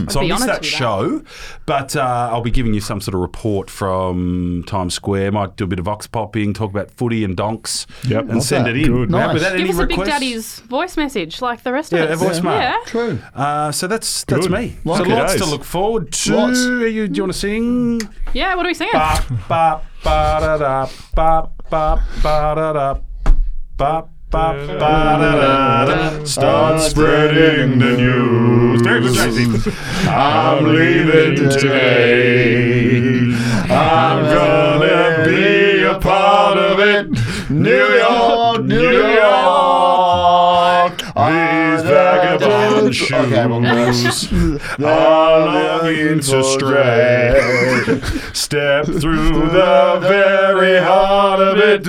S2: in. So
S7: I'll
S2: I
S7: be
S2: missed
S7: honest
S2: that
S7: with you.
S2: show, but uh, I'll be giving you some sort of report from Times Square. Might do a bit of vox popping, talk about footy and donks,
S5: Yep.
S2: and
S5: Love
S2: send
S3: that.
S2: it in.
S5: Good.
S2: Now,
S3: Nice.
S2: without
S7: Give
S2: any
S7: us a Big
S2: requests.
S7: Daddy's voice message like the rest
S2: Yeah,
S7: of
S2: a
S7: us.
S2: voicemail.
S7: Yeah.
S3: True.
S2: Uh, so that's that's
S5: Good.
S2: me.
S5: Lots
S2: so
S5: of
S2: lots to
S5: days.
S2: look forward to.
S3: Lots.
S2: Are you, do you want to sing?
S7: Yeah, what are we singing?
S2: Ba, ba, ba, da, da, ba, ba, ba, da, da, ba, ba, ba, da, da, da. Start spreading the news. Very good, Tracy. I'm leaving today. I'm gonna be a part of it. New York, New York. These vagabond shoes
S3: Okay, well,
S2: are longing to stray. Step through the very heart of it.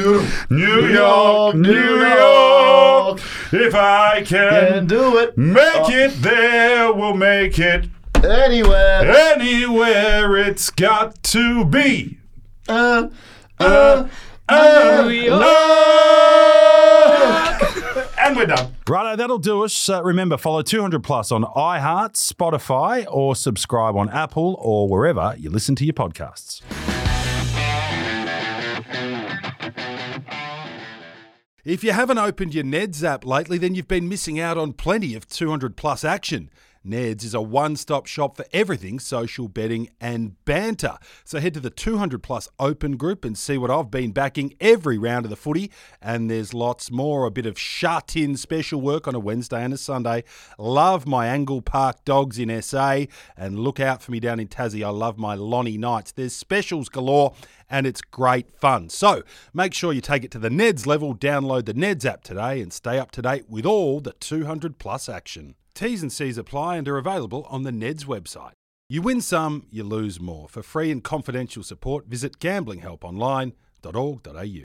S2: New York, New York. If I
S3: Can
S2: can
S3: do it Oh.
S2: make it there, we'll make it
S3: anywhere.
S2: anywhere it's got to be.
S3: Uh, uh,
S2: New York. and we're done. Righto, that'll do us. Uh, remember, follow 200 Plus on iHeart, Spotify, or subscribe on Apple or wherever you listen to your podcasts.
S1: If you haven't opened your Neds app lately, then you've been missing out on plenty of 200 plus action. Neds is a one stop shop for everything social betting and banter. So head to the 200 plus open group and see what I've been backing every round of the footy. And there's lots more a bit of shut in special work on a Wednesday and a Sunday. Love my Angle Park dogs in SA and look out for me down in Tassie. I love my Lonnie Knights. There's specials galore and it's great fun. So make sure you take it to the Neds level, download the Neds app today, and stay up to date with all the 200 plus action. T's and C's apply and are available on the Neds website. You win some, you lose more. For free and confidential support, visit gamblinghelponline.org.au.